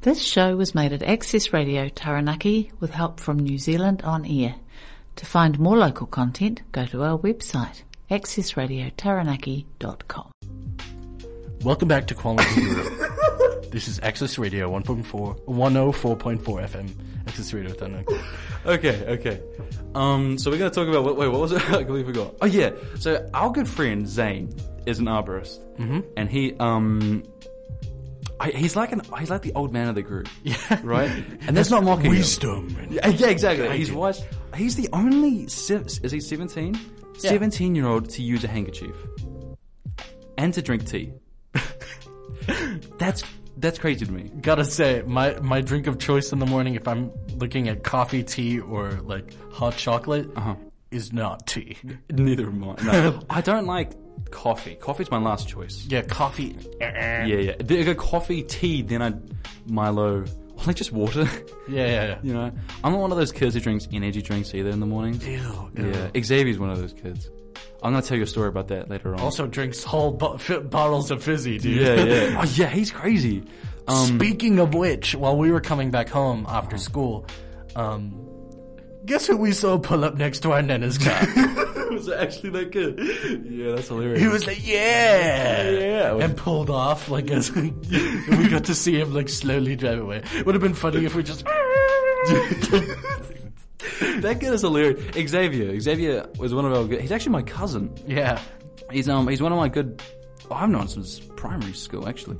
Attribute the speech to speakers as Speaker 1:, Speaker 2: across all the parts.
Speaker 1: This show was made at Access Radio Taranaki with help from New Zealand On Air. To find more local content, go to our website, accessradiotaranaki.com.
Speaker 2: Welcome back to Quality Europe. this is Access Radio 1.4, 104.4 FM, Access Radio Taranaki.
Speaker 3: Okay, okay. Um, so we're gonna talk about what? Wait, what was it? I completely forgot. Oh yeah. So our good friend Zane is an arborist, mm-hmm. and he um, I, he's like an he's like the old man of the group,
Speaker 2: Yeah.
Speaker 3: right? And that's not mocking him.
Speaker 2: Wisdom.
Speaker 3: Yeah, yeah, exactly. He's
Speaker 2: you.
Speaker 3: wise. He's the only se- is he seventeen? Seventeen year old to use a handkerchief and to drink tea. that's that's crazy to me.
Speaker 2: Gotta say, my, my drink of choice in the morning, if I'm looking at coffee, tea, or like hot chocolate, is not tea.
Speaker 3: Neither of mine. No. I don't like coffee. Coffee's my last choice.
Speaker 2: Yeah, coffee. Yeah,
Speaker 3: Yeah, yeah. Then I go coffee, tea, then I Milo, or like just water.
Speaker 2: yeah, yeah.
Speaker 3: you know, I'm not one of those kids who drinks energy drinks either in the morning.
Speaker 2: Ew, ew.
Speaker 3: Yeah, Xavier's one of those kids. I'm gonna tell you a story about that later on.
Speaker 2: Also drinks whole bo- fi- bottles of fizzy, dude.
Speaker 3: yeah, yeah. Oh, yeah, he's crazy. Um,
Speaker 2: Speaking of which, while we were coming back home after school, um, guess who we saw pull up next to our nana's car?
Speaker 3: was it actually that good? Yeah, that's hilarious.
Speaker 2: he was like, "Yeah,
Speaker 3: Yeah.
Speaker 2: and pulled off. Like as we got to see him like slowly drive away. Would have been funny if we just.
Speaker 3: that kid is hilarious. Xavier, Xavier was one of our. good He's actually my cousin.
Speaker 2: yeah,
Speaker 3: He's um he's one of my good. Oh, I've known him since primary school actually.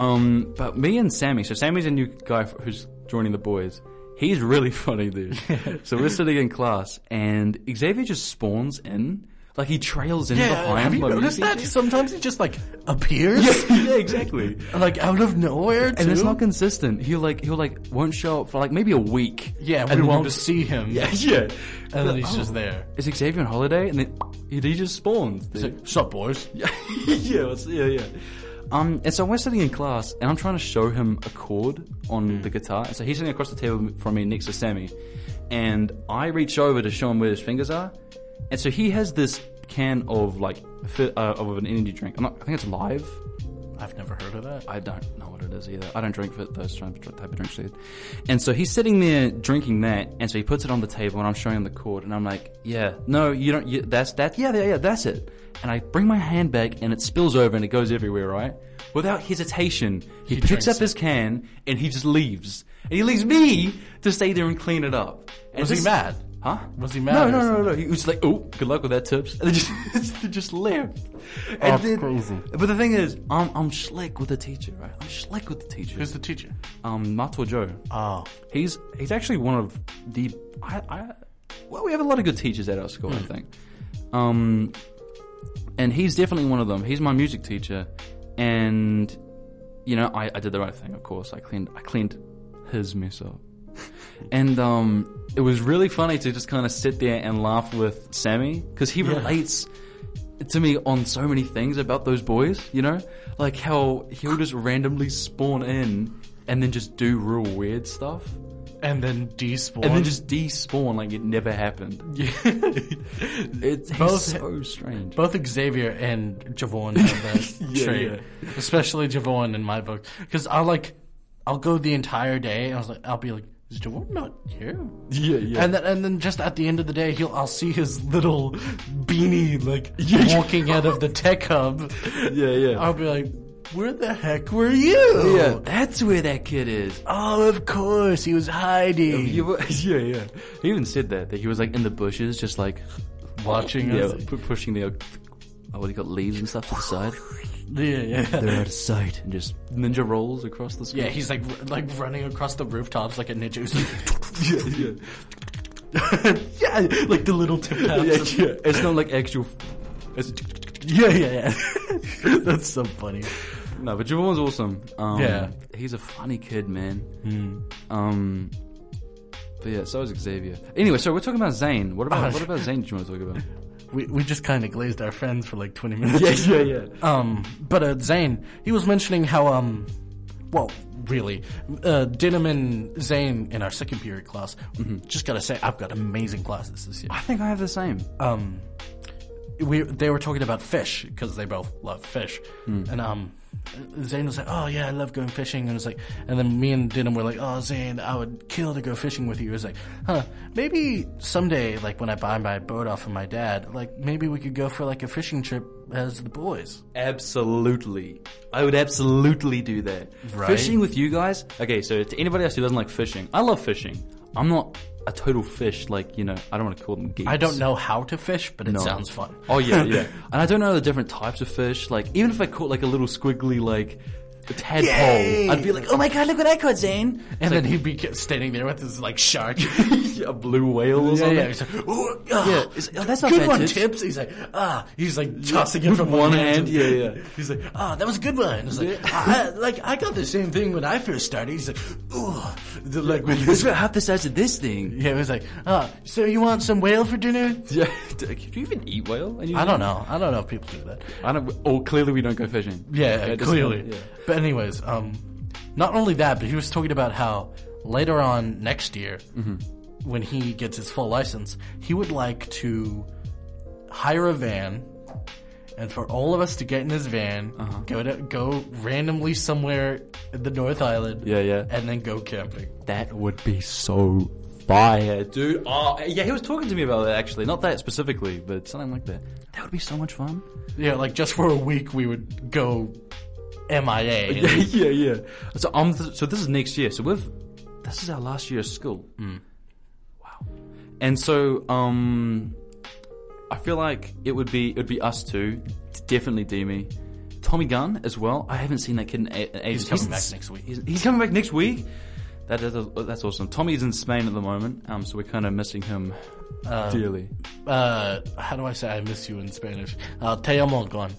Speaker 3: Um, but me and Sammy. So Sammy's a new guy f- who's joining the boys. He's really funny, dude. so we're sitting in class, and Xavier just spawns in. Like he trails in
Speaker 2: yeah.
Speaker 3: behind.
Speaker 2: Have you
Speaker 3: my
Speaker 2: noticed
Speaker 3: music
Speaker 2: that? Sometimes it just like appears,
Speaker 3: teacher. yeah, exactly.
Speaker 2: like out of nowhere,
Speaker 3: And it's
Speaker 2: too.
Speaker 3: not consistent. He'll like he'll like won't show up for like maybe a week.
Speaker 2: yeah,
Speaker 3: and
Speaker 2: we
Speaker 3: then
Speaker 2: won't
Speaker 3: he'll just-
Speaker 2: see him.
Speaker 3: Yeah, yeah.
Speaker 2: and then he's
Speaker 3: Oh,
Speaker 2: just there.
Speaker 3: Is Xavier on holiday? And then he he just spawns. dude.
Speaker 2: He's like, "Sup, boys?"
Speaker 3: Yeah, yeah, it's- yeah, yeah. Um, and so we're sitting in class, and I'm trying to show him a chord on the guitar. So he's sitting across the table from me, next to Sammy, and I reach over to show him where his fingers are, and so he has this can of like fi- uh, of an energy drink. I'm not, I think it's Live.
Speaker 2: I've never heard of that.
Speaker 3: I don't know what it is either. I don't drink for those type type of drinks either. And so he's sitting there drinking that, and so he puts it on the table, and I'm showing him the chord, and I'm like, "Yeah, no, you don't. You, that's that. Yeah, yeah, yeah, that's it." And I bring my hand back, and it spills over, and it goes everywhere, right? Without hesitation, he,
Speaker 2: drinks
Speaker 3: picks up
Speaker 2: it.
Speaker 3: his can, and he just leaves, and he leaves me to stay there and clean it up. And
Speaker 2: Was he
Speaker 3: this-
Speaker 2: mad?
Speaker 3: Huh?
Speaker 2: Was he
Speaker 3: No,
Speaker 2: mad
Speaker 3: no,
Speaker 2: or
Speaker 3: no, no, no. He was like, "Oh, good luck with that, tips," and they just they just left. And
Speaker 2: That's crazy.
Speaker 3: But the thing is, I'm I'm slick with the teacher, right? I'm slick with the teacher.
Speaker 2: Who's the teacher?
Speaker 3: um Mato Joe?
Speaker 2: Oh,
Speaker 3: He's he's actually one of the I, I well, we have a lot of good teachers at our school, I
Speaker 2: Hmm.
Speaker 3: think. Um, and he's definitely one of them. He's my music teacher, and you know, I, I did the right thing, of course. I cleaned I cleaned his mess up. And um, it was really funny to just kind of sit there and laugh with Sammy because he relates to me on so many things about those boys. You know, like how he'll just randomly spawn in and then just do real weird stuff,
Speaker 2: and then despawn.
Speaker 3: and then just despawn like it never happened. It's he's
Speaker 2: Both-
Speaker 3: so strange.
Speaker 2: Both Xavier and Javon have that
Speaker 3: Yeah,
Speaker 2: trait, especially Javon in my book. Because I like, I'll go the entire day, and I was like, I'll be like, is Javon not here?
Speaker 3: yeah, yeah.
Speaker 2: And then, and then just at the end of the day, he'll I'll see his little beanie like walking out of the tech hub.
Speaker 3: yeah, yeah.
Speaker 2: I'll be like, where the heck were you?
Speaker 3: yeah, "Oh, that's where that kid is.
Speaker 2: Oh, of course, he was hiding,
Speaker 3: He wa- yeah, yeah. He even said that that he was like in the bushes, just like
Speaker 2: watching
Speaker 3: yeah,
Speaker 2: us.
Speaker 3: pu- pushing the uh, oh, what do you got leaves and stuff to the side.
Speaker 2: Yeah, yeah.
Speaker 3: They're out of sight and just ninja rolls across the sky.
Speaker 2: Yeah, he's like r- like running across the rooftops like a ninja. He's like,
Speaker 3: yeah, yeah,
Speaker 2: yeah, like the little tip taps.
Speaker 3: yeah, yeah. It's not like actual. It's,
Speaker 2: Yeah, yeah, yeah. That's so funny.
Speaker 3: no, but Javon's awesome. Um,
Speaker 2: Yeah.
Speaker 3: he's a funny kid, man. Um, but yeah, so is Xavier. Anyway, so we're talking about Zane. What about
Speaker 2: Oh.
Speaker 3: what about Zane? Do you want to talk about?
Speaker 2: We we just kind of glazed our friends for like 20 minutes.
Speaker 3: yeah, yeah.
Speaker 2: Um, but uh, Zane, he was mentioning how um, well, really, uh, Denim and Zane in our second period
Speaker 3: Mm-hmm.
Speaker 2: class. Just gotta say, I've got amazing classes this year.
Speaker 3: I think I have the same.
Speaker 2: Um, we they were talking about fish because they both love fish,
Speaker 3: Hmm.
Speaker 2: and um, Zane was like, "Oh yeah, I love going fishing," and it's like, and then me and Denham were like, "Oh Zane, I would kill to go fishing with you." It was like, "Huh, maybe someday, like when I buy my boat off of my dad, like maybe we could go for like a fishing trip as the boys."
Speaker 3: Absolutely. I would absolutely do that.
Speaker 2: Right.
Speaker 3: Fishing with you guys. Okay, so to anybody else who doesn't like fishing, I love fishing. I'm not a total fish, like, you know, I don't want to call them geeks.
Speaker 2: I don't know how to fish, but it sounds fun.
Speaker 3: Oh, yeah, yeah. and I don't know the different types of fish. Like, even if I caught, like, a little squiggly, like, tadpole,
Speaker 2: Yay!
Speaker 3: I'd be like, oh my god, look what I caught, Zane!
Speaker 2: And then he'd be standing there with his like shark.
Speaker 3: a blue whale
Speaker 2: Yeah,
Speaker 3: or something.
Speaker 2: yeah. He's like, "Ooh, ah,
Speaker 3: Yeah, it's- oh, that's not
Speaker 2: good
Speaker 3: bad,
Speaker 2: one,
Speaker 3: Tips."
Speaker 2: Tips. He's like, ah, he's like tossing it from
Speaker 3: one
Speaker 2: one,
Speaker 3: hand,
Speaker 2: to-
Speaker 3: yeah, yeah.
Speaker 2: He's like, ah, that was a good one. It's like, ah, I, like I got the same thing when I first started. He's like, ooh, The- like with
Speaker 3: It's
Speaker 2: his.
Speaker 3: about half the size of this thing.
Speaker 2: Yeah, it was like, ah, so you want some whale for dinner?
Speaker 3: Yeah. Do you even eat whale? And you-
Speaker 2: I don't know. I don't know if people do that.
Speaker 3: I don't. Oh, clearly we don't go fishing.
Speaker 2: Yeah,
Speaker 3: That doesn't-
Speaker 2: clearly.
Speaker 3: yeah.
Speaker 2: But anyways, um, not only that, but he was talking about how later on next year,
Speaker 3: Mm-hmm.
Speaker 2: when he gets his full license, he would like to hire a van, and for all of us to get in his van,
Speaker 3: Uh-huh.
Speaker 2: go to go randomly somewhere in the North Island,
Speaker 3: Yeah, yeah.
Speaker 2: and then go camping.
Speaker 3: That would be so fire, dude. Oh, yeah, he was talking to me about that actually. Not that specifically, but something like that. That would be so much fun.
Speaker 2: Yeah, like just for a week, we would go MIA.
Speaker 3: yeah, yeah, yeah. So, um, th- so this is next year. So we've this is our last year of school. Wow.
Speaker 2: Mm.
Speaker 3: And so, um, I feel like it would be it would be us two, d- definitely Demi, Tommy Gunn as well. I haven't seen that kid in a- in ages.
Speaker 2: coming back next week.
Speaker 3: He's, he's coming back next week. That is that's awesome. Tommy's in Spain at the moment, um, so we're kind of missing him dearly.
Speaker 2: uh, how do I say I miss you in Spanish? Uh, te amo, gun.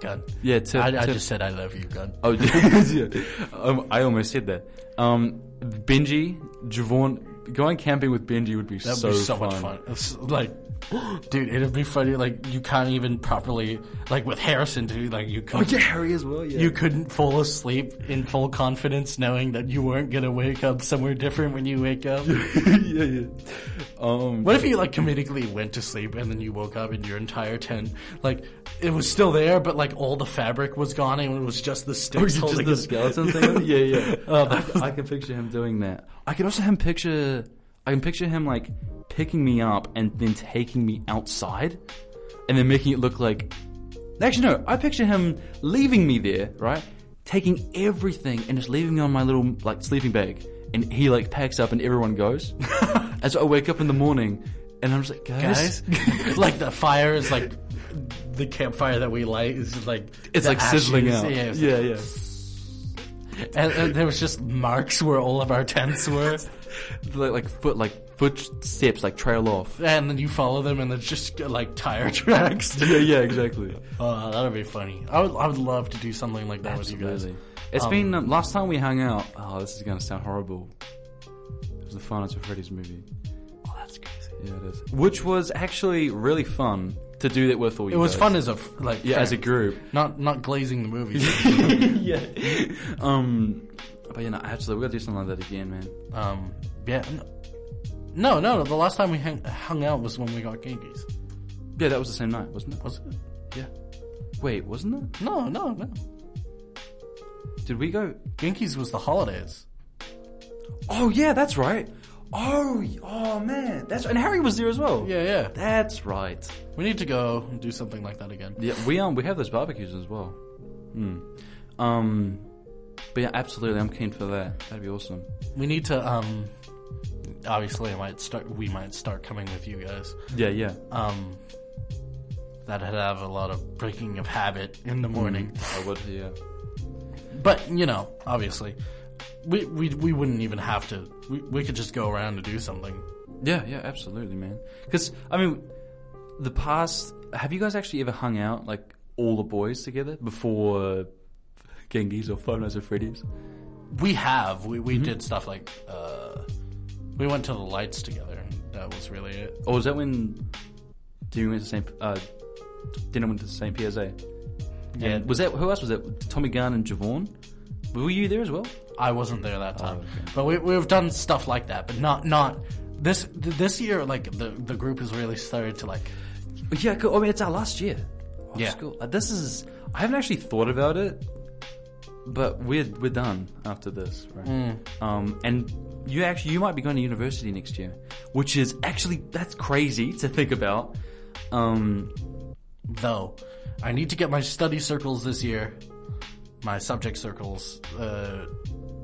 Speaker 2: Gun.
Speaker 3: Yeah, to,
Speaker 2: I, I
Speaker 3: to-
Speaker 2: just said I love you, gun.
Speaker 3: Oh, yeah. yeah. Um, I almost said that. Um, Benji, Javon, going camping with Benji would be
Speaker 2: That'd
Speaker 3: so,
Speaker 2: be so
Speaker 3: fun.
Speaker 2: much fun. It's like, dude, it'd be funny. Like you can't even properly, like with Harrison, dude. Like you
Speaker 3: Oh,
Speaker 2: couldn't,
Speaker 3: yeah, Harry as well. Yeah.
Speaker 2: you couldn't fall asleep in full confidence, knowing that you weren't gonna wake up somewhere different when you wake up.
Speaker 3: yeah, yeah. Um,
Speaker 2: What if you like comedically went to sleep and then you woke up and your entire tent, like it was still there, but like all the fabric was gone and it was just the sticks
Speaker 3: just
Speaker 2: holding
Speaker 3: the
Speaker 2: it.
Speaker 3: skeleton thing? yeah, yeah. I, I can picture him doing that. I can also him picture. I can picture him like picking me up and then taking me outside, and then making it look like. Actually, no. I picture him leaving me there, right? Taking everything and just leaving me on my little like sleeping bag, and he like packs up and everyone goes. and so I wake up in the morning, and I'm just like, guys,
Speaker 2: guys. like the fire is like the campfire that we light is just like
Speaker 3: it's
Speaker 2: the
Speaker 3: like sizzling
Speaker 2: ashes.
Speaker 3: out.
Speaker 2: Yeah, it's-
Speaker 3: yeah, yeah.
Speaker 2: And, and there was just marks where all of our tents were,
Speaker 3: Like, like foot, like footsteps, like trail off.
Speaker 2: and then you follow them, and there's just like tire tracks.
Speaker 3: Yeah, yeah, exactly.
Speaker 2: Oh, that'd be funny. I would, I would love to do something like that with you
Speaker 3: Absolutely.
Speaker 2: guys.
Speaker 3: It's been um, last time we hung out. Oh, this is gonna sound horrible. It was the Finance of Freddy's movie.
Speaker 2: Oh, that's crazy.
Speaker 3: Yeah, it is. Which was actually really fun to do that with all you.
Speaker 2: It was
Speaker 3: guys.
Speaker 2: fun as a f- like
Speaker 3: yeah, as a
Speaker 2: friends.
Speaker 3: group.
Speaker 2: not not glazing the movie.
Speaker 3: yeah. Um, but you know, actually, we gotta do something like that again, man.
Speaker 2: um, yeah. No, no, no. The last time we hung, hung out was when we got Genkies.
Speaker 3: Yeah, that was the same night, wasn't it?
Speaker 2: Was it?
Speaker 3: Yeah. Wait, wasn't
Speaker 2: No, no, no.
Speaker 3: it? Did we go?
Speaker 2: Genkies was the holidays.
Speaker 3: Oh yeah, that's right. Oh, y- oh man, that's and Harry was there as well.
Speaker 2: Yeah, yeah.
Speaker 3: that's right.
Speaker 2: We need to go and do something like that again.
Speaker 3: Yeah, we um we have those barbecues as well. Hmm. Um, but yeah, absolutely, I'm keen for that. That'd be awesome.
Speaker 2: We need to um obviously I might start we might start coming with you guys.
Speaker 3: Yeah, yeah.
Speaker 2: Um that would have a lot of breaking of habit in the morning.
Speaker 3: I would. Yeah.
Speaker 2: But, you know, obviously we we we wouldn't even have to we, we could just go around and do something.
Speaker 3: Yeah, yeah, absolutely, man. Because I mean, the past. Have you guys actually ever hung out like all the boys together before Genghis or Five Nights at Freddy's?
Speaker 2: We have. We we did stuff like uh we went to the lights together and that was really it.
Speaker 3: Or was that when? Do you went to Saint? Uh, dinner went to Saint Pierre's. Eh?
Speaker 2: Yeah.
Speaker 3: Was that who else was that? Tommy Gunn and Javon. Were you there as well?
Speaker 2: I wasn't there that
Speaker 3: Oh,
Speaker 2: time. But we, we've done stuff like that, but not not this th- this year. Like the the group has really started to like
Speaker 3: Yeah, cool. I mean, it's our last year of
Speaker 2: Yeah.
Speaker 3: school. Uh, This is. I haven't actually thought about it, but we're we're done after this, right? Um, and you actually you might be going to university next year, which is actually that's crazy to think about. Um,
Speaker 2: Though, I need to get my study circles this year, my subject circles, uh,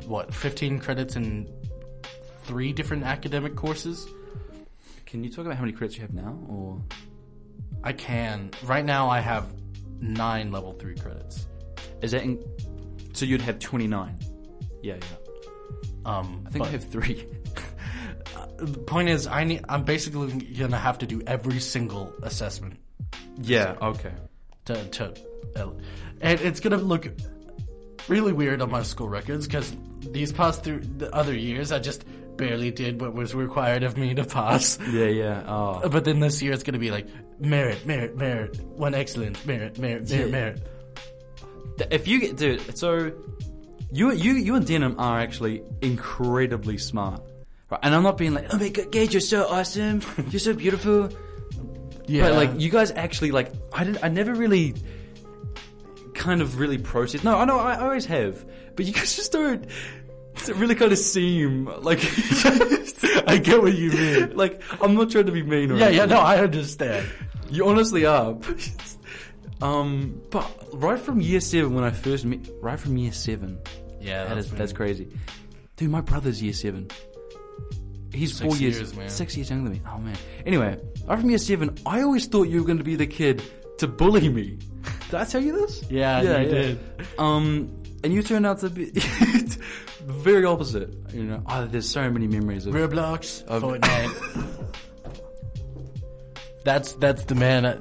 Speaker 2: what, 15 credits in three different academic courses?
Speaker 3: can you talk about how many credits you have now, or
Speaker 2: I can. Right now, I have nine level three credits.
Speaker 3: is that in? So you'd have twenty nine. Yeah, yeah.
Speaker 2: Um,
Speaker 3: I think I have three.
Speaker 2: the point is, I need, I'm basically gonna have to do every single assessment
Speaker 3: yeah. Okay.
Speaker 2: to, to uh, and it's gonna look really weird on my school records because these past through the other years I just barely did what was required of me to pass.
Speaker 3: Yeah, yeah. Oh,
Speaker 2: But then this year it's gonna be like merit, merit, merit, one excellent, merit, merit, merit,
Speaker 3: Yeah.
Speaker 2: merit.
Speaker 3: Th- if you get dude, so you you you and Denham are actually incredibly smart, right? And I'm not being like, oh my god, Gage, you're so awesome, you're so beautiful,
Speaker 2: Yeah,
Speaker 3: but like you guys actually like I didn't I never really kind of really process. No, I know I always have, but you guys just don't. It really kind of seem like
Speaker 2: I get what you mean.
Speaker 3: Like I'm not trying to be mean or
Speaker 2: yeah, yeah,
Speaker 3: anything.
Speaker 2: no, I understand.
Speaker 3: You honestly are. um, but right from year seven when I first met, right from year seven,
Speaker 2: Yeah,
Speaker 3: that is that's crazy. Dude, my brother's year seven. He's
Speaker 2: Six
Speaker 3: four years,
Speaker 2: years, man.
Speaker 3: six years younger than me. Oh man. Anyway, right from year seven, I always thought you were going to be the kid to bully me. Did I tell you this?
Speaker 2: Yeah, you did.
Speaker 3: Um, and you turned out to be the very opposite. You know, oh, there's so many memories of.
Speaker 2: Roblox,
Speaker 3: Of-
Speaker 2: Fortnite. that's that's the man I,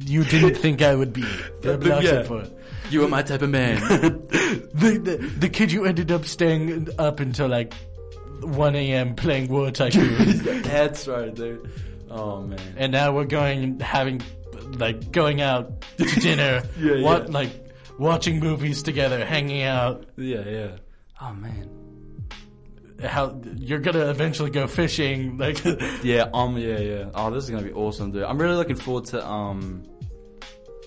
Speaker 2: you didn't think I would be. Roblox
Speaker 3: yeah.
Speaker 2: and Fortnite.
Speaker 3: You are my type of man.
Speaker 2: The, the the kid you ended up staying up until like 1 a.m. playing War Tycoon,
Speaker 3: that's right, dude. Oh man.
Speaker 2: and now we're going and having like going out to dinner.
Speaker 3: Yeah,
Speaker 2: wa-
Speaker 3: yeah.
Speaker 2: like watching movies together, hanging out.
Speaker 3: Yeah, yeah. Oh man.
Speaker 2: How you're gonna eventually go fishing? Like
Speaker 3: Yeah, um, yeah, yeah. Oh, this is gonna be awesome, dude. I'm really looking forward to um,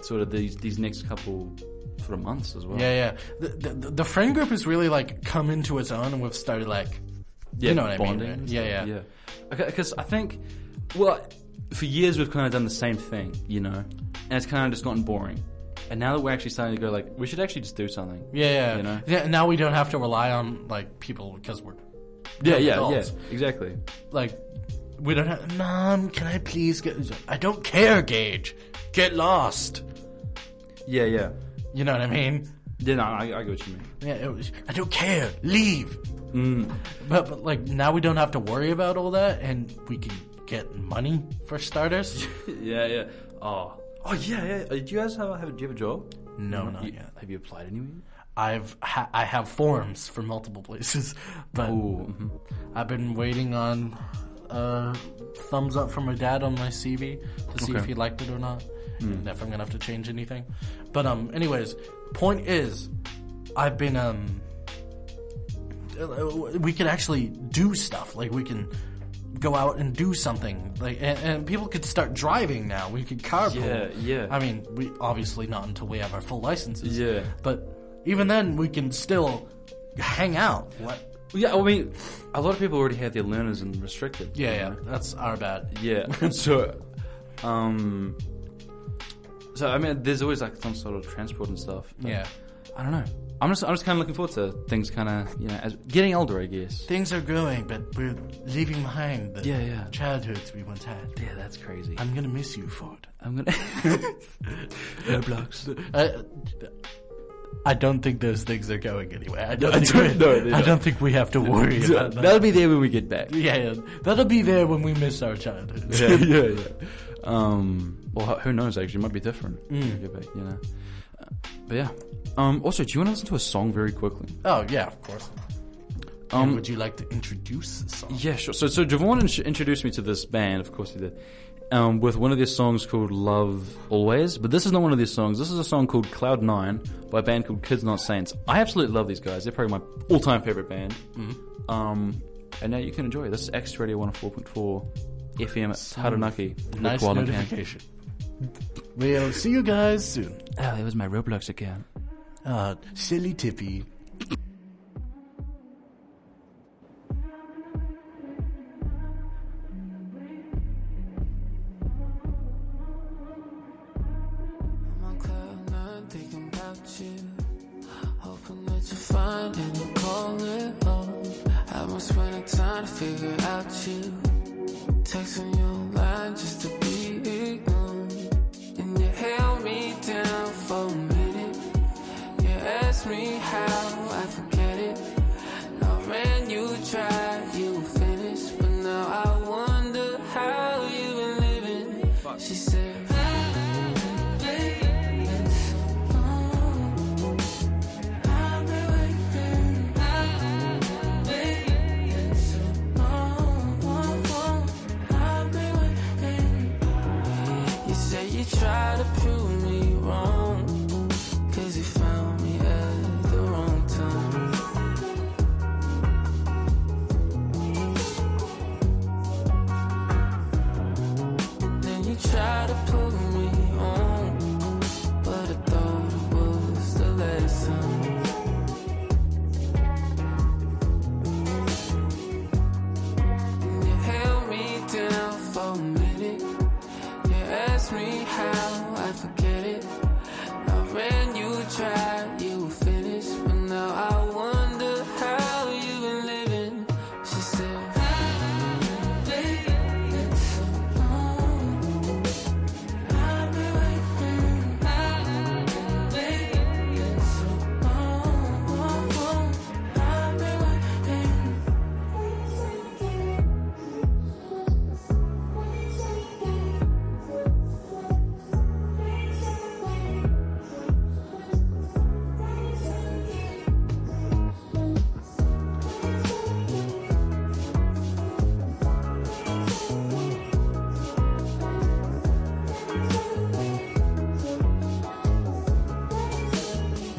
Speaker 3: sort of these these next couple sort of months as well.
Speaker 2: Yeah, yeah. The, the, the friend group has really like come into its own, and we've started like,
Speaker 3: yeah
Speaker 2: you know what
Speaker 3: bonding
Speaker 2: I mean?
Speaker 3: and
Speaker 2: right? Yeah, yeah,
Speaker 3: stuff, yeah. Because I think, well, for years we've kind of done the same thing, you know, and it's kind of just gotten boring. And now that we're actually starting to go, like, we should actually just do something.
Speaker 2: yeah, yeah.
Speaker 3: You know?
Speaker 2: Yeah, Now we don't have to rely on like people because we're
Speaker 3: yeah, yeah, yeah
Speaker 2: adults.
Speaker 3: exactly.
Speaker 2: like, we don't have. Mom, can I please get? I don't care, Gage. Get lost.
Speaker 3: Yeah, yeah.
Speaker 2: You know what I mean?
Speaker 3: Yeah, no, I, I get what you mean.
Speaker 2: Yeah. It was, I don't care. Leave. But but like now we don't have to worry about all that, and we can get money for starters.
Speaker 3: Yeah, yeah. Oh, oh, yeah, yeah. Uh, Do you guys have, have do you have a job?
Speaker 2: No,
Speaker 3: You-
Speaker 2: not yet.
Speaker 3: Have you applied anywhere?
Speaker 2: I've ha- I have forms for multiple places, but
Speaker 3: Ooh, mhm.
Speaker 2: I've been waiting on a thumbs up from my dad on my CV to see if
Speaker 3: Okay. Hmm.
Speaker 2: he liked it or not, and if I'm gonna have to change anything. But um, anyways, point is, I've been um, uh, we could actually do stuff like we can go out and do something like and, and people could start driving now. We could carpool.
Speaker 3: Yeah, yeah.
Speaker 2: I mean, we obviously not until we have our full licenses.
Speaker 3: Yeah.
Speaker 2: But even then, we can still hang out. What?
Speaker 3: Well, Yeah, I mean, a lot of people already have their learners and restricted.
Speaker 2: Yeah, yeah, that's our bad.
Speaker 3: yeah. so, um, so I mean, there's always like some sort of transport and stuff. but
Speaker 2: Yeah.
Speaker 3: I don't know. I'm just, I'm just kind of looking forward to things, kind of, you know, as getting older, I guess.
Speaker 2: Things are growing, but we're leaving behind the
Speaker 3: Yeah, yeah.
Speaker 2: childhoods we once had.
Speaker 3: Yeah, that's crazy. I'm,
Speaker 2: I'm gonna miss you, Ford.
Speaker 3: gonna Roblox.
Speaker 2: I, I don't think those things are going anywhere. I don't,
Speaker 3: I
Speaker 2: think,
Speaker 3: don't-
Speaker 2: we-
Speaker 3: no, they're
Speaker 2: I
Speaker 3: not.
Speaker 2: don't think we have to worry about that.
Speaker 3: That'll be there when we get back.
Speaker 2: Yeah, yeah, that'll be there when we miss our childhoods.
Speaker 3: yeah, yeah, yeah. Mm. Um, well, who knows? Actually, it might be different. when we get back, you know. Uh, But yeah. Um, also, do you want to listen to a song very quickly?
Speaker 2: Oh yeah, of course.
Speaker 3: Um,
Speaker 2: and would you like to introduce the song?
Speaker 3: Yeah, sure. So, so Javon in- introduced me to this band, of course he did, um, with one of their songs called Love Always. But this is not one of their songs. This is a song called Cloud Nine by a band called Kids Not Saints. I absolutely love these guys. They're probably my all time favorite band. Um, and now you can oh enjoy it. This is X Radio 104.4 FM at Taranaki.
Speaker 2: Nice
Speaker 3: Kuala Lumpur.
Speaker 2: notification. We'll see you guys soon.
Speaker 3: Oh, it was my Roblox account.
Speaker 2: Uh, silly Tippy.
Speaker 4: I'm on cloud nine, thinking about you. Hoping that you find and you call it home. I've been spending time to figure out you. Texting you line just to be ignored. And you held me down for a minute. You asked me how I forget it. Now, man, you tried, you finished. But now I wonder how you've been living. She said, You say you try to prove me wrong. Cause you found me at the wrong time. Then you try to put me on. But I thought it was the last time. And you held me down for a minute. You asked me how I forget it. I ran, you tried, you were finished. But now I wonder how you've been living. She said, I've been waiting so long. I've been waiting. I've been waiting so long. I've been waiting.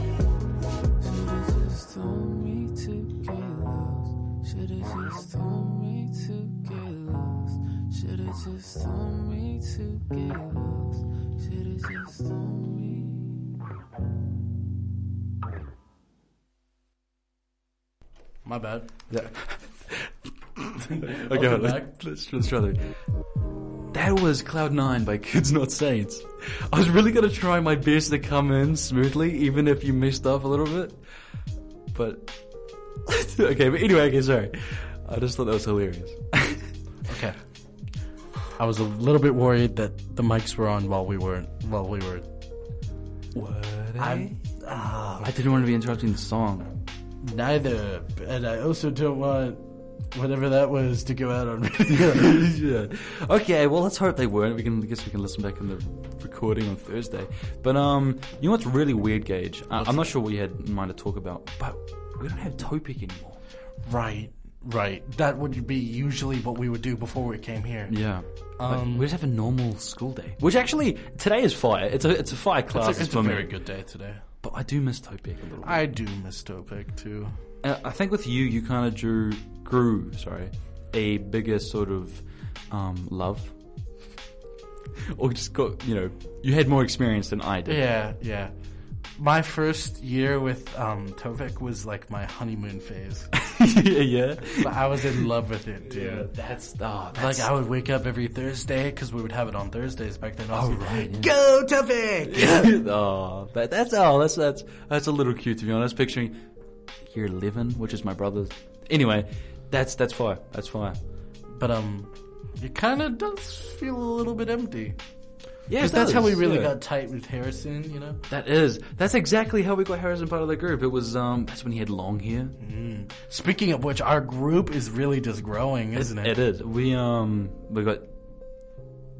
Speaker 4: Should've just told me to get lost. Should've just told me to get lost. Should've just told me to get lost. Should've just told me.
Speaker 2: My bad.
Speaker 3: Yeah. okay,
Speaker 2: Welcome
Speaker 3: let's,
Speaker 2: back.
Speaker 3: let's let's try that. That was Cloud Nine by Kids Not Saints. I was really gonna try my best to come in smoothly, even if you messed up a little bit. But okay, but anyway, okay, sorry. I just thought that was hilarious.
Speaker 2: Okay. I was a little bit worried that the mics were on while we were while we were.
Speaker 3: What?
Speaker 2: I
Speaker 3: I,
Speaker 2: ah,
Speaker 3: I didn't want to be interrupting the song.
Speaker 2: neither, and I also don't want whatever that was to go out on radio.
Speaker 3: yeah. Okay, well let's hope they weren't. We can I guess we can listen back in the recording on Thursday. But um you know what's really weird, Gage? I, I'm not sure what you had in mind to talk about, but we don't have Topic anymore.
Speaker 2: right, right. That would be usually what we would do before we came here.
Speaker 3: Yeah.
Speaker 2: Um,
Speaker 3: we just have a normal school day. Which actually today is fire. It's a it's a fire class
Speaker 2: It's, a, it's
Speaker 3: for
Speaker 2: a
Speaker 3: me.
Speaker 2: very good day today.
Speaker 3: But I do miss Topic a little bit.
Speaker 2: I do miss Topic too.
Speaker 3: Uh, I think with you you kinda drew grew, sorry, a bigger sort of um, love. Or just got you know you had more experience than I did.
Speaker 2: Yeah, yeah. My first year with um, Topic was like my honeymoon phase.
Speaker 3: yeah, yeah.
Speaker 2: but I was in love with it, dude.
Speaker 3: that's oh,
Speaker 2: Like I would wake up every Thursday because we would have it on Thursdays back then. Oh
Speaker 3: right, yeah.
Speaker 2: go Topic.
Speaker 3: oh, that, that's oh, that's that's that's a little cute to be honest. Picturing year eleven, which is my brother's. Anyway, that's that's fire. That's fire.
Speaker 2: But um, it kind of does feel a little bit empty.
Speaker 3: Yeah,
Speaker 2: 'Cause that's how we really got tight with Harrison, you know.
Speaker 3: That is. That's exactly how we got Harrison part of the group. It was um. That's when he had long hair.
Speaker 2: Mm-hmm. Speaking of which, our group is really just growing, isn't it?
Speaker 3: It is. We um. We got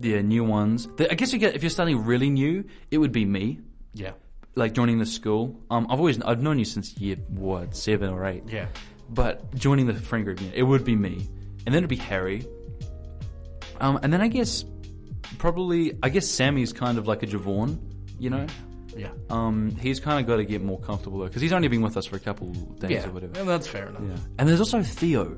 Speaker 3: yeah new ones. The, I guess you get if you're starting really new, it would be me.
Speaker 2: Yeah,
Speaker 3: Like joining the school. Um, I've always I've known you since year what seven or eight.
Speaker 2: yeah.
Speaker 3: But joining the friend group, yeah, it would be me, and then it'd be Harry. Um, and then I guess probably I guess Sammy's kind of like a Javon, you know.
Speaker 2: Yeah,
Speaker 3: Um, he's kind of got to get more comfortable though, because he's only been with us for a couple days
Speaker 2: yeah. Um,
Speaker 3: or whatever.
Speaker 2: And that's fair enough.
Speaker 3: And there's also Theo.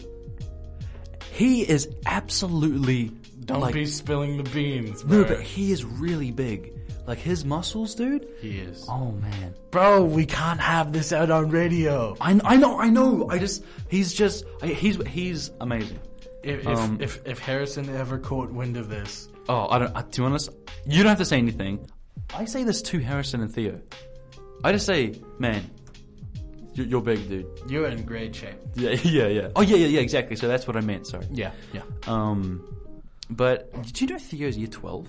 Speaker 3: He is absolutely
Speaker 2: Don't
Speaker 3: Like-
Speaker 2: be spilling the beans, bro.
Speaker 3: No, but he is really big. Like his muscles, dude.
Speaker 2: he is.
Speaker 3: Oh man.
Speaker 2: Bro, we can't have this out on radio.
Speaker 3: I, I know, I know. I just, he's just, I, he's he's amazing.
Speaker 2: If, if,
Speaker 3: Um,
Speaker 2: if, if Harrison ever caught wind of this,
Speaker 3: Oh, I don't. I, to be honest, you don't have to say anything. I say this to Harrison and Theo. I just say, man, you're, you're big, dude.
Speaker 2: you're in great shape.
Speaker 3: Yeah, yeah, yeah. Oh, yeah, yeah, yeah. Exactly. So that's what I meant. Sorry.
Speaker 2: Yeah, yeah.
Speaker 3: Um, but did you know Theo's year twelve?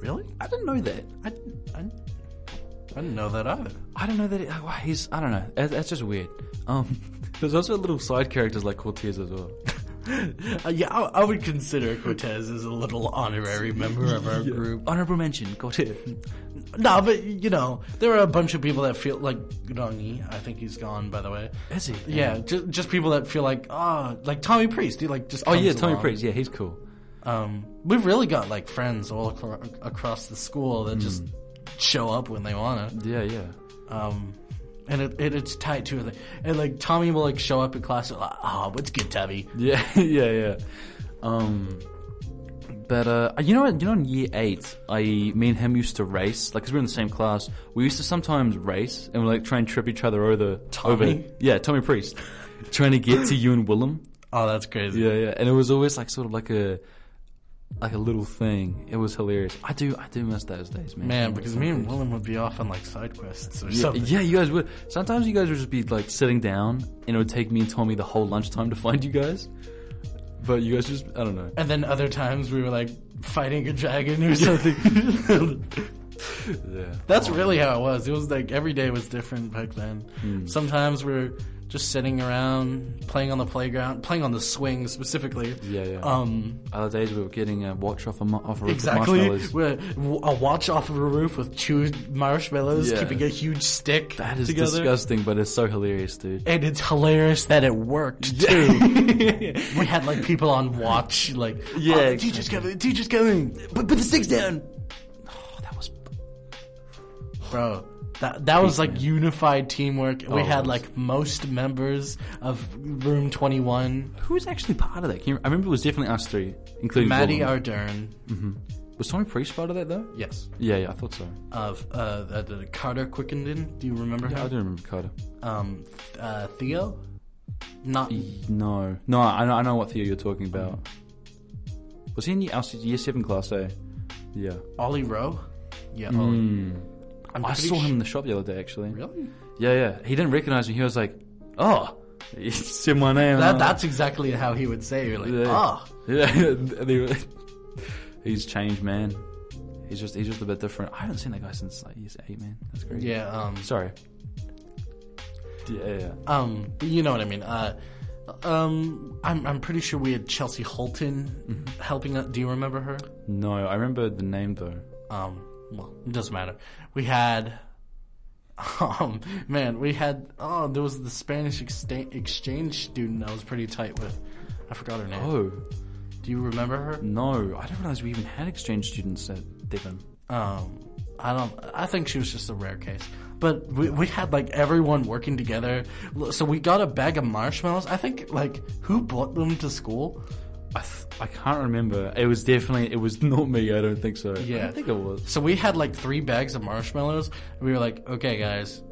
Speaker 2: Really?
Speaker 3: I didn't know that.
Speaker 2: I, I, I didn't know that either.
Speaker 3: I don't know that it, oh, he's. I don't know. That, that's just weird. Um, there's also little side characters like Cortez as well.
Speaker 2: Uh, yeah, I, I would consider Cortez as a little honorary member of our group.
Speaker 3: Honorable mention, Cortez.
Speaker 2: No, but you know, there are a bunch of people that feel like Gdongi. I think he's gone, by the way.
Speaker 3: Is he?
Speaker 2: Yeah, just, just people that feel like ah, like Tommy Priest. He like just
Speaker 3: Oh yeah,
Speaker 2: comes
Speaker 3: Tommy
Speaker 2: along.
Speaker 3: Priest. Yeah, he's cool.
Speaker 2: Um, we've really got like friends all acro- across the school that just show up when they want to.
Speaker 3: Yeah, yeah.
Speaker 2: Um, and it, it, it's tight too. Like, and like Tommy will like show up in class and like, oh, what's good, Tommy?
Speaker 3: Yeah, yeah, yeah. Um, but uh, you know, what- you know, in year eight, I, me and him used to race, like, cause we were in the same class. We used to sometimes race and we like try and trip each other over. Over,
Speaker 2: Tommy?
Speaker 3: yeah, Tommy Priest, trying to get to you and Willem.
Speaker 2: Oh, that's crazy.
Speaker 3: Yeah, yeah. And it was always like sort of like a, like a little thing. It was hilarious. I do, I do miss those days, man.
Speaker 2: Man, because me and Willem would be off on like side quests or something.
Speaker 3: Yeah, you guys would. Sometimes you guys would just be like sitting down, and it would take me and Tommy the whole lunchtime to find you guys. But you guys just, I don't know.
Speaker 2: And then other times we were like fighting a dragon or something.
Speaker 3: Yeah.
Speaker 2: That's really how it was. It was like every day was different back then. Sometimes we are just sitting around, playing on the playground, playing on the swing specifically.
Speaker 3: Yeah, yeah.
Speaker 2: Um,
Speaker 3: Other days we were getting a watch off a, mu- off a roof
Speaker 2: exactly.
Speaker 3: with marshmallows.
Speaker 2: We're, a watch off of a roof with chewed marshmallows,
Speaker 3: Yeah.
Speaker 2: keeping a huge stick
Speaker 3: That is
Speaker 2: together.
Speaker 3: disgusting, but it's so hilarious, dude.
Speaker 2: And it's hilarious that it worked too. we had like people on watch, like
Speaker 3: Yeah,
Speaker 2: "Oh, the teacher's coming, the teacher's coming.
Speaker 3: But put the sticks down. Oh, that was.
Speaker 2: Bro, that that was like unified teamwork.
Speaker 3: Oh,
Speaker 2: We
Speaker 3: it was.
Speaker 2: had like most members of room 21.
Speaker 3: Who was actually part of that? Can you, I remember it was definitely us three, including
Speaker 2: Maddie
Speaker 3: Gordon.
Speaker 2: Ardern.
Speaker 3: was Tommy Priest part of that though?
Speaker 2: Yes.
Speaker 3: Yeah, yeah, I thought so.
Speaker 2: Of uh, uh, the Carter Quickenden. Do you remember
Speaker 3: I
Speaker 2: her?
Speaker 3: don't remember Carter.
Speaker 2: Um, uh, Theo? Not.
Speaker 3: No, no, I know, I know what Theo you're talking about. Was he in year, our s- year seven class? Eh? Yeah.
Speaker 2: Ollie Rowe? Yeah, Ollie.
Speaker 3: Hmm.
Speaker 2: I'm
Speaker 3: I
Speaker 2: pretty
Speaker 3: saw him
Speaker 2: su-
Speaker 3: in the shop the other day, actually.
Speaker 2: Really?
Speaker 3: Yeah, yeah. He didn't recognize me. He was like, "Oh, he said my name." and I'm
Speaker 2: That,
Speaker 3: like,
Speaker 2: that's exactly how he would say it. Like,
Speaker 3: Yeah.
Speaker 2: ah.
Speaker 3: Yeah, they were- he's changed, man. He's just he's just a bit different. I haven't seen that guy since like year eight, man. That's great.
Speaker 2: Yeah, um,
Speaker 3: Sorry. Yeah, yeah.
Speaker 2: Um, you know what I mean. Uh, um, I'm I'm pretty sure we had Chelsea Holton
Speaker 3: Mm-hmm.
Speaker 2: helping. Us. Do you remember her?
Speaker 3: No, I remember the name though.
Speaker 2: Um, well, it doesn't matter. We had, um, man, we had. Oh, there was the Spanish exta- exchange student I was pretty tight with. I forgot her name.
Speaker 3: Oh
Speaker 2: Do you remember her?
Speaker 3: no, I didn't realize we even had exchange students at Devon.
Speaker 2: Um, I don't. I think she was just a rare case. But we, we had like everyone working together. L- So we got a bag of marshmallows. I think like who brought them to school?
Speaker 3: I th- I can't remember. It was definitely it was not me. I don't think so. I
Speaker 2: Yeah.
Speaker 3: don't think it was.
Speaker 2: So we had like three bags of marshmallows. We were like, okay, guys,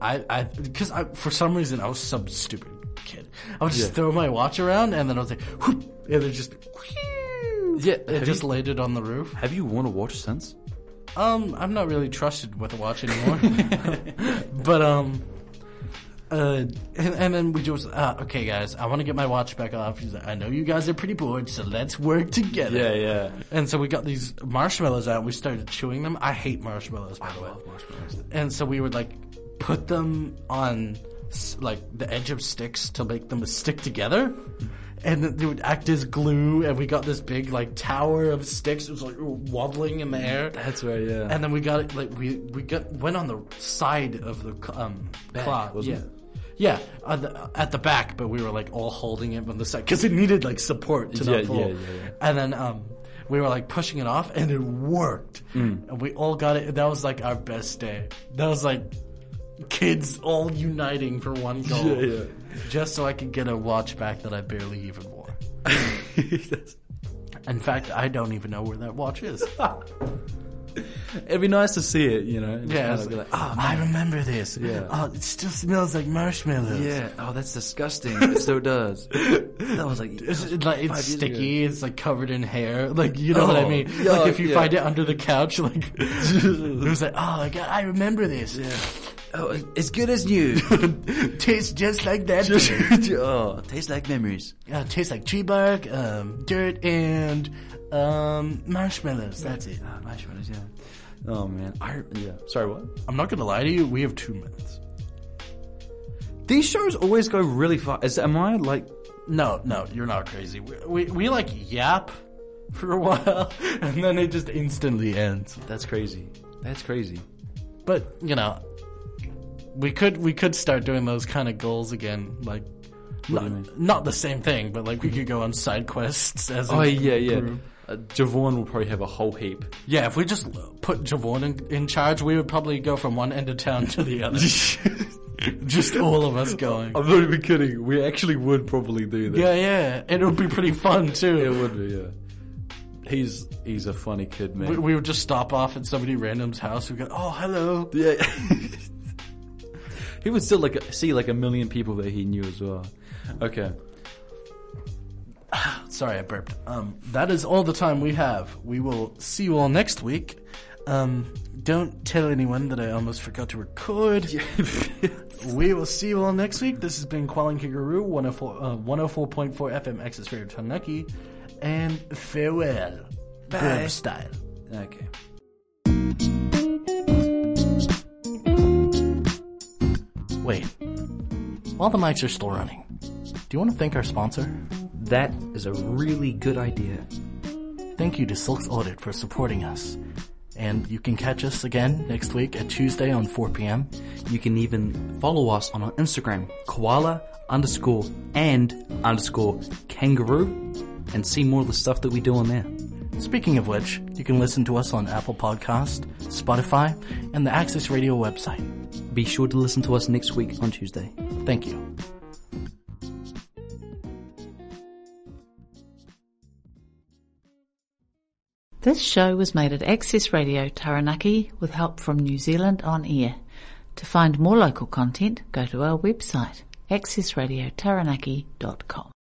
Speaker 2: I, I, because I, for some reason, I was some stupid kid. I would just
Speaker 3: Yeah.
Speaker 2: throw my watch around, and then I was like, whoop, and it just, whew,
Speaker 3: Yeah,
Speaker 2: it
Speaker 3: Mm. have
Speaker 2: just
Speaker 3: you-
Speaker 2: landed on the roof.
Speaker 3: Have you worn a watch since?
Speaker 2: Um, I'm not really trusted with a watch anymore, but um. Uh, and, and then we just uh, okay, guys. I want to get my watch back off. He's like, I know you guys are pretty bored, so let's work together.
Speaker 3: Yeah, yeah.
Speaker 2: And so we got these marshmallows out and we started chewing them. I hate marshmallows, by the way.
Speaker 3: marshmallows.
Speaker 2: And so we would like put them on s- like the edge of sticks to make them stick together. And then they would act as glue, and we got this big like tower of sticks. It was like wobbling in the air.
Speaker 3: That's right. Yeah.
Speaker 2: And then we got it like we we got went on the side of the c- um clock,
Speaker 3: wasn't
Speaker 2: yeah.
Speaker 3: it?
Speaker 2: Yeah, at the, at the back, but we were like all holding it on the side because it needed like support to
Speaker 3: Yeah,
Speaker 2: not fall.
Speaker 3: yeah, yeah, yeah.
Speaker 2: And then um, we were like pushing it off, and it worked.
Speaker 3: Mm.
Speaker 2: And we all got it. That was like our best day. That was like kids all uniting for one goal,
Speaker 3: Yeah, yeah.
Speaker 2: just so I could get a watch back that I barely even wore. In fact, I don't even know where that watch is.
Speaker 3: It'd be nice to see it, you know. and just
Speaker 2: Yeah,
Speaker 3: kind
Speaker 2: it's
Speaker 3: of be
Speaker 2: like,
Speaker 3: like,
Speaker 2: oh, I remember this.
Speaker 3: Yeah.
Speaker 2: Oh, it still smells like marshmallows.
Speaker 3: yeah. Oh, that's disgusting. it still does. That was like
Speaker 2: It's, it- like it's
Speaker 3: Five years
Speaker 2: sticky. It's like covered in hair. Like you know what
Speaker 3: Oh,
Speaker 2: I mean.
Speaker 3: yeah,
Speaker 2: like if you
Speaker 3: yeah.
Speaker 2: find it under the couch, like it was like, oh my god, I remember this.
Speaker 3: oh, as good as new.
Speaker 2: tastes just like that.
Speaker 3: oh, tastes like memories.
Speaker 2: uh, tastes like tree bark, um, dirt, and um, marshmallows. That's it.
Speaker 3: Oh, marshmallows, yeah. Oh man, I yeah. Sorry, what?
Speaker 2: I'm not gonna lie to you. We have two minutes.
Speaker 3: These shows always go really far. Is am I like?
Speaker 2: No, no, you're not crazy. We we, we like yap for a while, and then it just instantly ends.
Speaker 3: That's crazy. That's crazy.
Speaker 2: But you know, we could we could start doing those kind of goals again. Like,
Speaker 3: do you mean?
Speaker 2: not, not the same thing, but like we could go on side quests as.
Speaker 3: Oh
Speaker 2: a
Speaker 3: yeah, yeah.
Speaker 2: group.
Speaker 3: Uh, Javon will probably have a whole heap.
Speaker 2: yeah. If we just put Javon in, in charge, we would probably go from one end of town to the other. just all of us going.
Speaker 3: I'm not even kidding. We actually would probably do that.
Speaker 2: Yeah, yeah, and it would be pretty fun
Speaker 3: It
Speaker 2: too.
Speaker 3: would be. Yeah. He's he's a funny kid, man.
Speaker 2: We, we would just stop off at somebody random's house. We go, oh hello.
Speaker 3: Yeah. he would still like see like a million people that he knew as well. Okay.
Speaker 2: Sorry, I burped. Um, that is all the time we have. We will see you all next week. Um, don't tell anyone that I almost forgot to record. we will see you all next week. This has been Qualing Kangaroo, 104, uh, 104.4 FM Access Radio Tanuki, and farewell. Burp style.
Speaker 3: Okay.
Speaker 2: Wait. While the mics are still running, do you want to thank our sponsor?
Speaker 5: That is a really good idea.
Speaker 2: Thank you to Silk's Audit for supporting us. And you can catch us again next week at Tuesday on 4 p.m.
Speaker 5: You can even follow us on our Instagram, koala underscore and underscore kangaroo, and see more of the stuff that we do on there.
Speaker 2: Speaking of which, you can listen to us on Apple Podcast, Spotify, and the Access Radio website.
Speaker 5: Be sure to listen to us next week on Tuesday.
Speaker 2: Thank you.
Speaker 1: This show was made at Access Radio Taranaki with help from New Zealand On Air. To find more local content, go to our website, accessradiotaranaki.com.